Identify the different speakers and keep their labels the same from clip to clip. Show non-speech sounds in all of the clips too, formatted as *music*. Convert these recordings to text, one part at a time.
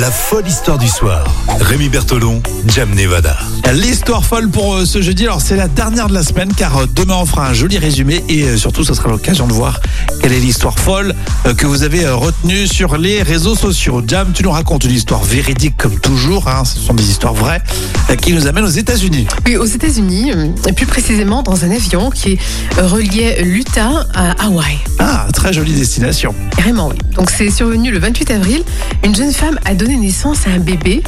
Speaker 1: La folle histoire du soir. Rémi Bertolon, Jam Nevada.
Speaker 2: L'histoire folle pour euh, ce jeudi, alors c'est la dernière de la semaine car euh, demain on fera un joli résumé et euh, surtout ça sera l'occasion de voir quelle est l'histoire folle euh, que vous avez euh, retenue sur les réseaux sociaux. Jam, tu nous racontes une histoire véridique comme toujours, hein, ce sont des histoires vraies euh, qui nous amènent aux États-Unis.
Speaker 3: Oui, aux États-Unis, euh, et plus précisément dans un avion qui euh, reliait l'Utah à Hawaï.
Speaker 2: Ah, très jolie destination.
Speaker 3: Carrément, oui. Donc, c'est survenu le 28 avril. Une jeune femme a donné naissance à un bébé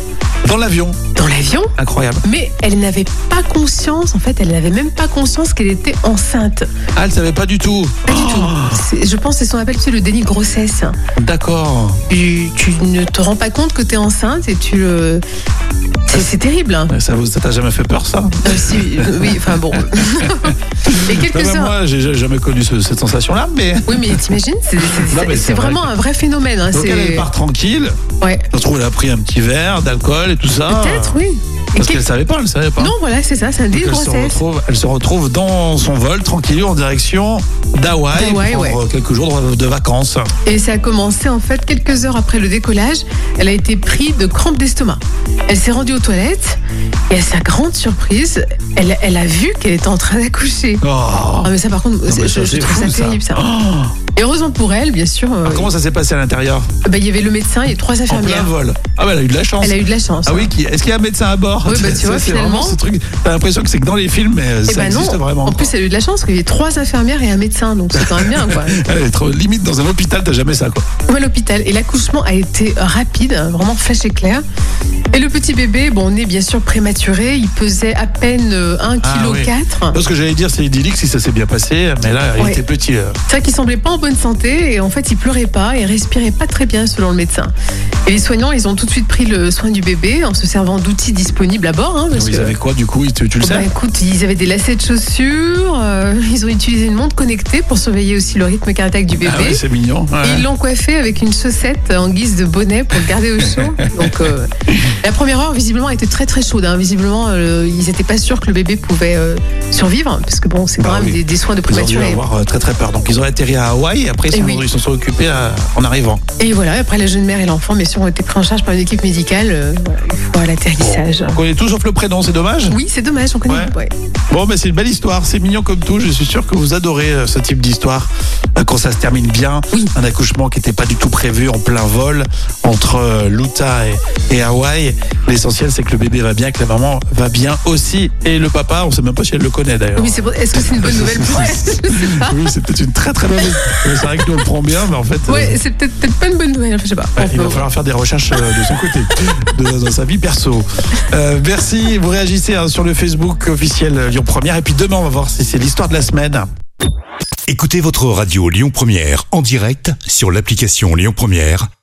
Speaker 2: Dans l'avion,
Speaker 3: dans l'avion,
Speaker 2: incroyable.
Speaker 3: mais elle n'avait pas conscience, en fait, elle n'avait même pas conscience qu'elle était enceinte.
Speaker 2: Ah, elle savait pas du tout.
Speaker 3: Pas du tout.
Speaker 2: Oh.
Speaker 3: C'est- Je pense que c'est ce qu'on appelle tu sais, le déni de grossesse.
Speaker 2: D'accord.
Speaker 3: Tu, tu ne te rends pas compte que tu es enceinte et tu le. C'est c'est terrible, hein.
Speaker 2: Ça vous, ça t'a jamais fait peur ça
Speaker 3: Euh, si, euh, oui, enfin
Speaker 2: *laughs*
Speaker 3: bon. et
Speaker 2: Non,
Speaker 3: quelques
Speaker 2: mais
Speaker 3: heures.
Speaker 2: Moi, j'ai jamais connu ce- cette sensation-là,
Speaker 3: *laughs*
Speaker 2: mais
Speaker 3: Oui, mais t'imagines, c'est-
Speaker 2: Non,
Speaker 3: c'est
Speaker 2: mais c'est
Speaker 3: c'est vraiment un vrai phénomène. hein,
Speaker 2: donc elle, elle
Speaker 3: c'est-
Speaker 2: part tranquille.
Speaker 3: Ouais.
Speaker 2: Ça se trouve, elle a pris un petit verre d'alcool et tout ça.
Speaker 3: Peut-être, oui. Et
Speaker 2: Ah. Parce
Speaker 3: quel-
Speaker 2: qu'elle savait pas, elle savait pas.
Speaker 3: Non, voilà, c'est ça, c'est un
Speaker 2: Donc
Speaker 3: délit de
Speaker 2: elle, se
Speaker 3: grossesse.
Speaker 2: retrouve, elle se retrouve dans son vol tranquille en direction d'Hawaï
Speaker 3: D'Hawaï,
Speaker 2: pour
Speaker 3: ouais.
Speaker 2: quelques jours de- de vacances. Oh.
Speaker 3: Et ça a commencé en fait quelques heures après le décollage. Elle a été prise de crampes d'estomac. Elle s'est rendue aux toilettes et à sa grande surprise, elle, elle a vu qu'elle était en train d'accoucher.
Speaker 2: Oh.
Speaker 3: Ah, mais ça, par contre,
Speaker 2: mais
Speaker 3: c'est-
Speaker 2: ça,
Speaker 3: je, je
Speaker 2: c'est
Speaker 3: trouve
Speaker 2: fou,
Speaker 3: ça
Speaker 2: ça.
Speaker 3: terrible, ça.
Speaker 2: Oh.
Speaker 3: Et heureusement pour elle, bien sûr, euh,
Speaker 2: Ah, comment ça s'est passé à l'intérieur
Speaker 3: bah, il y avait le médecin et trois
Speaker 2: En plein
Speaker 3: infirmières.
Speaker 2: vol. Ah, bah, elle a eu de la chance.
Speaker 3: Elle a eu de la chance.
Speaker 2: Ah oui, qui- est-ce qu'il y a un médecin à bord
Speaker 3: Oui, bah, tu
Speaker 2: Ça,
Speaker 3: vois,
Speaker 2: c'est vraiment
Speaker 3: finalement.
Speaker 2: ce truc. T'as l'impression que c'est que dans les films, mais euh,
Speaker 3: Et
Speaker 2: ça
Speaker 3: bah non,
Speaker 2: existe vraiment.
Speaker 3: en
Speaker 2: quoi.
Speaker 3: plus elle a eu de la chance qu'il y ait trois infirmières et un médecin, donc c'est quand même bien
Speaker 2: *laughs*
Speaker 3: quoi.
Speaker 2: Elle est trop- limite dans un hôpital, t'as jamais ça, quoi.
Speaker 3: Ouais, l'hôpital. Et l'accouchement a été rapide, hein, vraiment flash éclair. Et le petit bébé, bon, on est bien sûr prématuré. Il pesait à peine euh, 1,4
Speaker 2: Ah, oui.
Speaker 3: kg.
Speaker 2: Moi, ce que j'allais dire, c'est idyllique si ça s'est bien passé, mais là, il
Speaker 3: Ouais.
Speaker 2: était petit. euh.
Speaker 3: C'est vrai qu'il semblait pas en bonne santé. Et en fait, il pleurait pas et respirait pas très bien, selon le médecin. Et les soignants, ils ont tout de suite pris le soin du bébé en se servant d'outils disponibles à bord. hein, parce
Speaker 2: Vous
Speaker 3: que-
Speaker 2: avez quoi, du coup il te- Tu le
Speaker 3: Bah,
Speaker 2: sais
Speaker 3: écoute, ils avaient des lacets de chaussures. euh, *laughs* ils ont utilisé une montre connectée pour surveiller aussi le rythme cardiaque du bébé.
Speaker 2: Ah ouais, c'est mignon. ouais.
Speaker 3: Et Ils l'ont coiffé avec une chaussette en guise de bonnet pour le garder au
Speaker 2: *laughs*
Speaker 3: chaud. Donc, euh, la première heure, visiblement, était très très chaude. hein. Visiblement, euh, ils n'étaient pas sûrs que le bébé pouvait euh, survivre, parce que bon, c'est quand
Speaker 2: Bah
Speaker 3: même
Speaker 2: oui.
Speaker 3: des, des soins de
Speaker 2: Ils ont dû
Speaker 3: prématuré.
Speaker 2: avoir euh, très très peur. Donc ils ont atterri à Hawaï et après ils
Speaker 3: Eh
Speaker 2: s'en
Speaker 3: oui.
Speaker 2: ils s'en sont occupés à- en arrivant.
Speaker 3: Et voilà, après la jeune mère et l'enfant, bien sûr, ont été pris en charge par une équipe médicale euh, voilà, une fois à l'atterrissage.
Speaker 2: On connaît tout sauf le prénom, c'est dommage.
Speaker 3: Oui, c'est dommage, on connaît.
Speaker 2: Ouais.
Speaker 3: ouais.
Speaker 2: Bon, mais c'est une belle histoire, c'est mignon comme tout. Je suis sûr que vous adorez euh, ce type d'histoire euh, quand ça se termine bien.
Speaker 3: Oui.
Speaker 2: Un accouchement qui n'était pas du tout prévu en plein vol entre euh, l'Utah et, et Hawaï. L'essentiel, c'est que le bébé va bien, que la maman va bien aussi. Et le papa, on sait même pas si elle le connaît d'ailleurs.
Speaker 3: Oui, c'est bon. Est-ce que c'est une bonne nouvelle pour elle *laughs* Je sais pas.
Speaker 2: Oui, c'est peut-être une très très mauvaise. C'est vrai que nous on le prend bien, mais en fait. euh,
Speaker 3: Ouais, c'est peut-être peut-être pas une bonne nouvelle, je sais pas.
Speaker 2: Ouais, il va
Speaker 3: Bon.
Speaker 2: falloir faire des recherches euh, de son côté, de- dans sa vie perso. Euh, merci, vous réagissez hein, sur le Facebook officiel Lyon Première. Et puis demain, on va voir si c'est l'histoire de la semaine.
Speaker 1: Écoutez votre radio Lyon Première en direct sur l'application Lyon Première,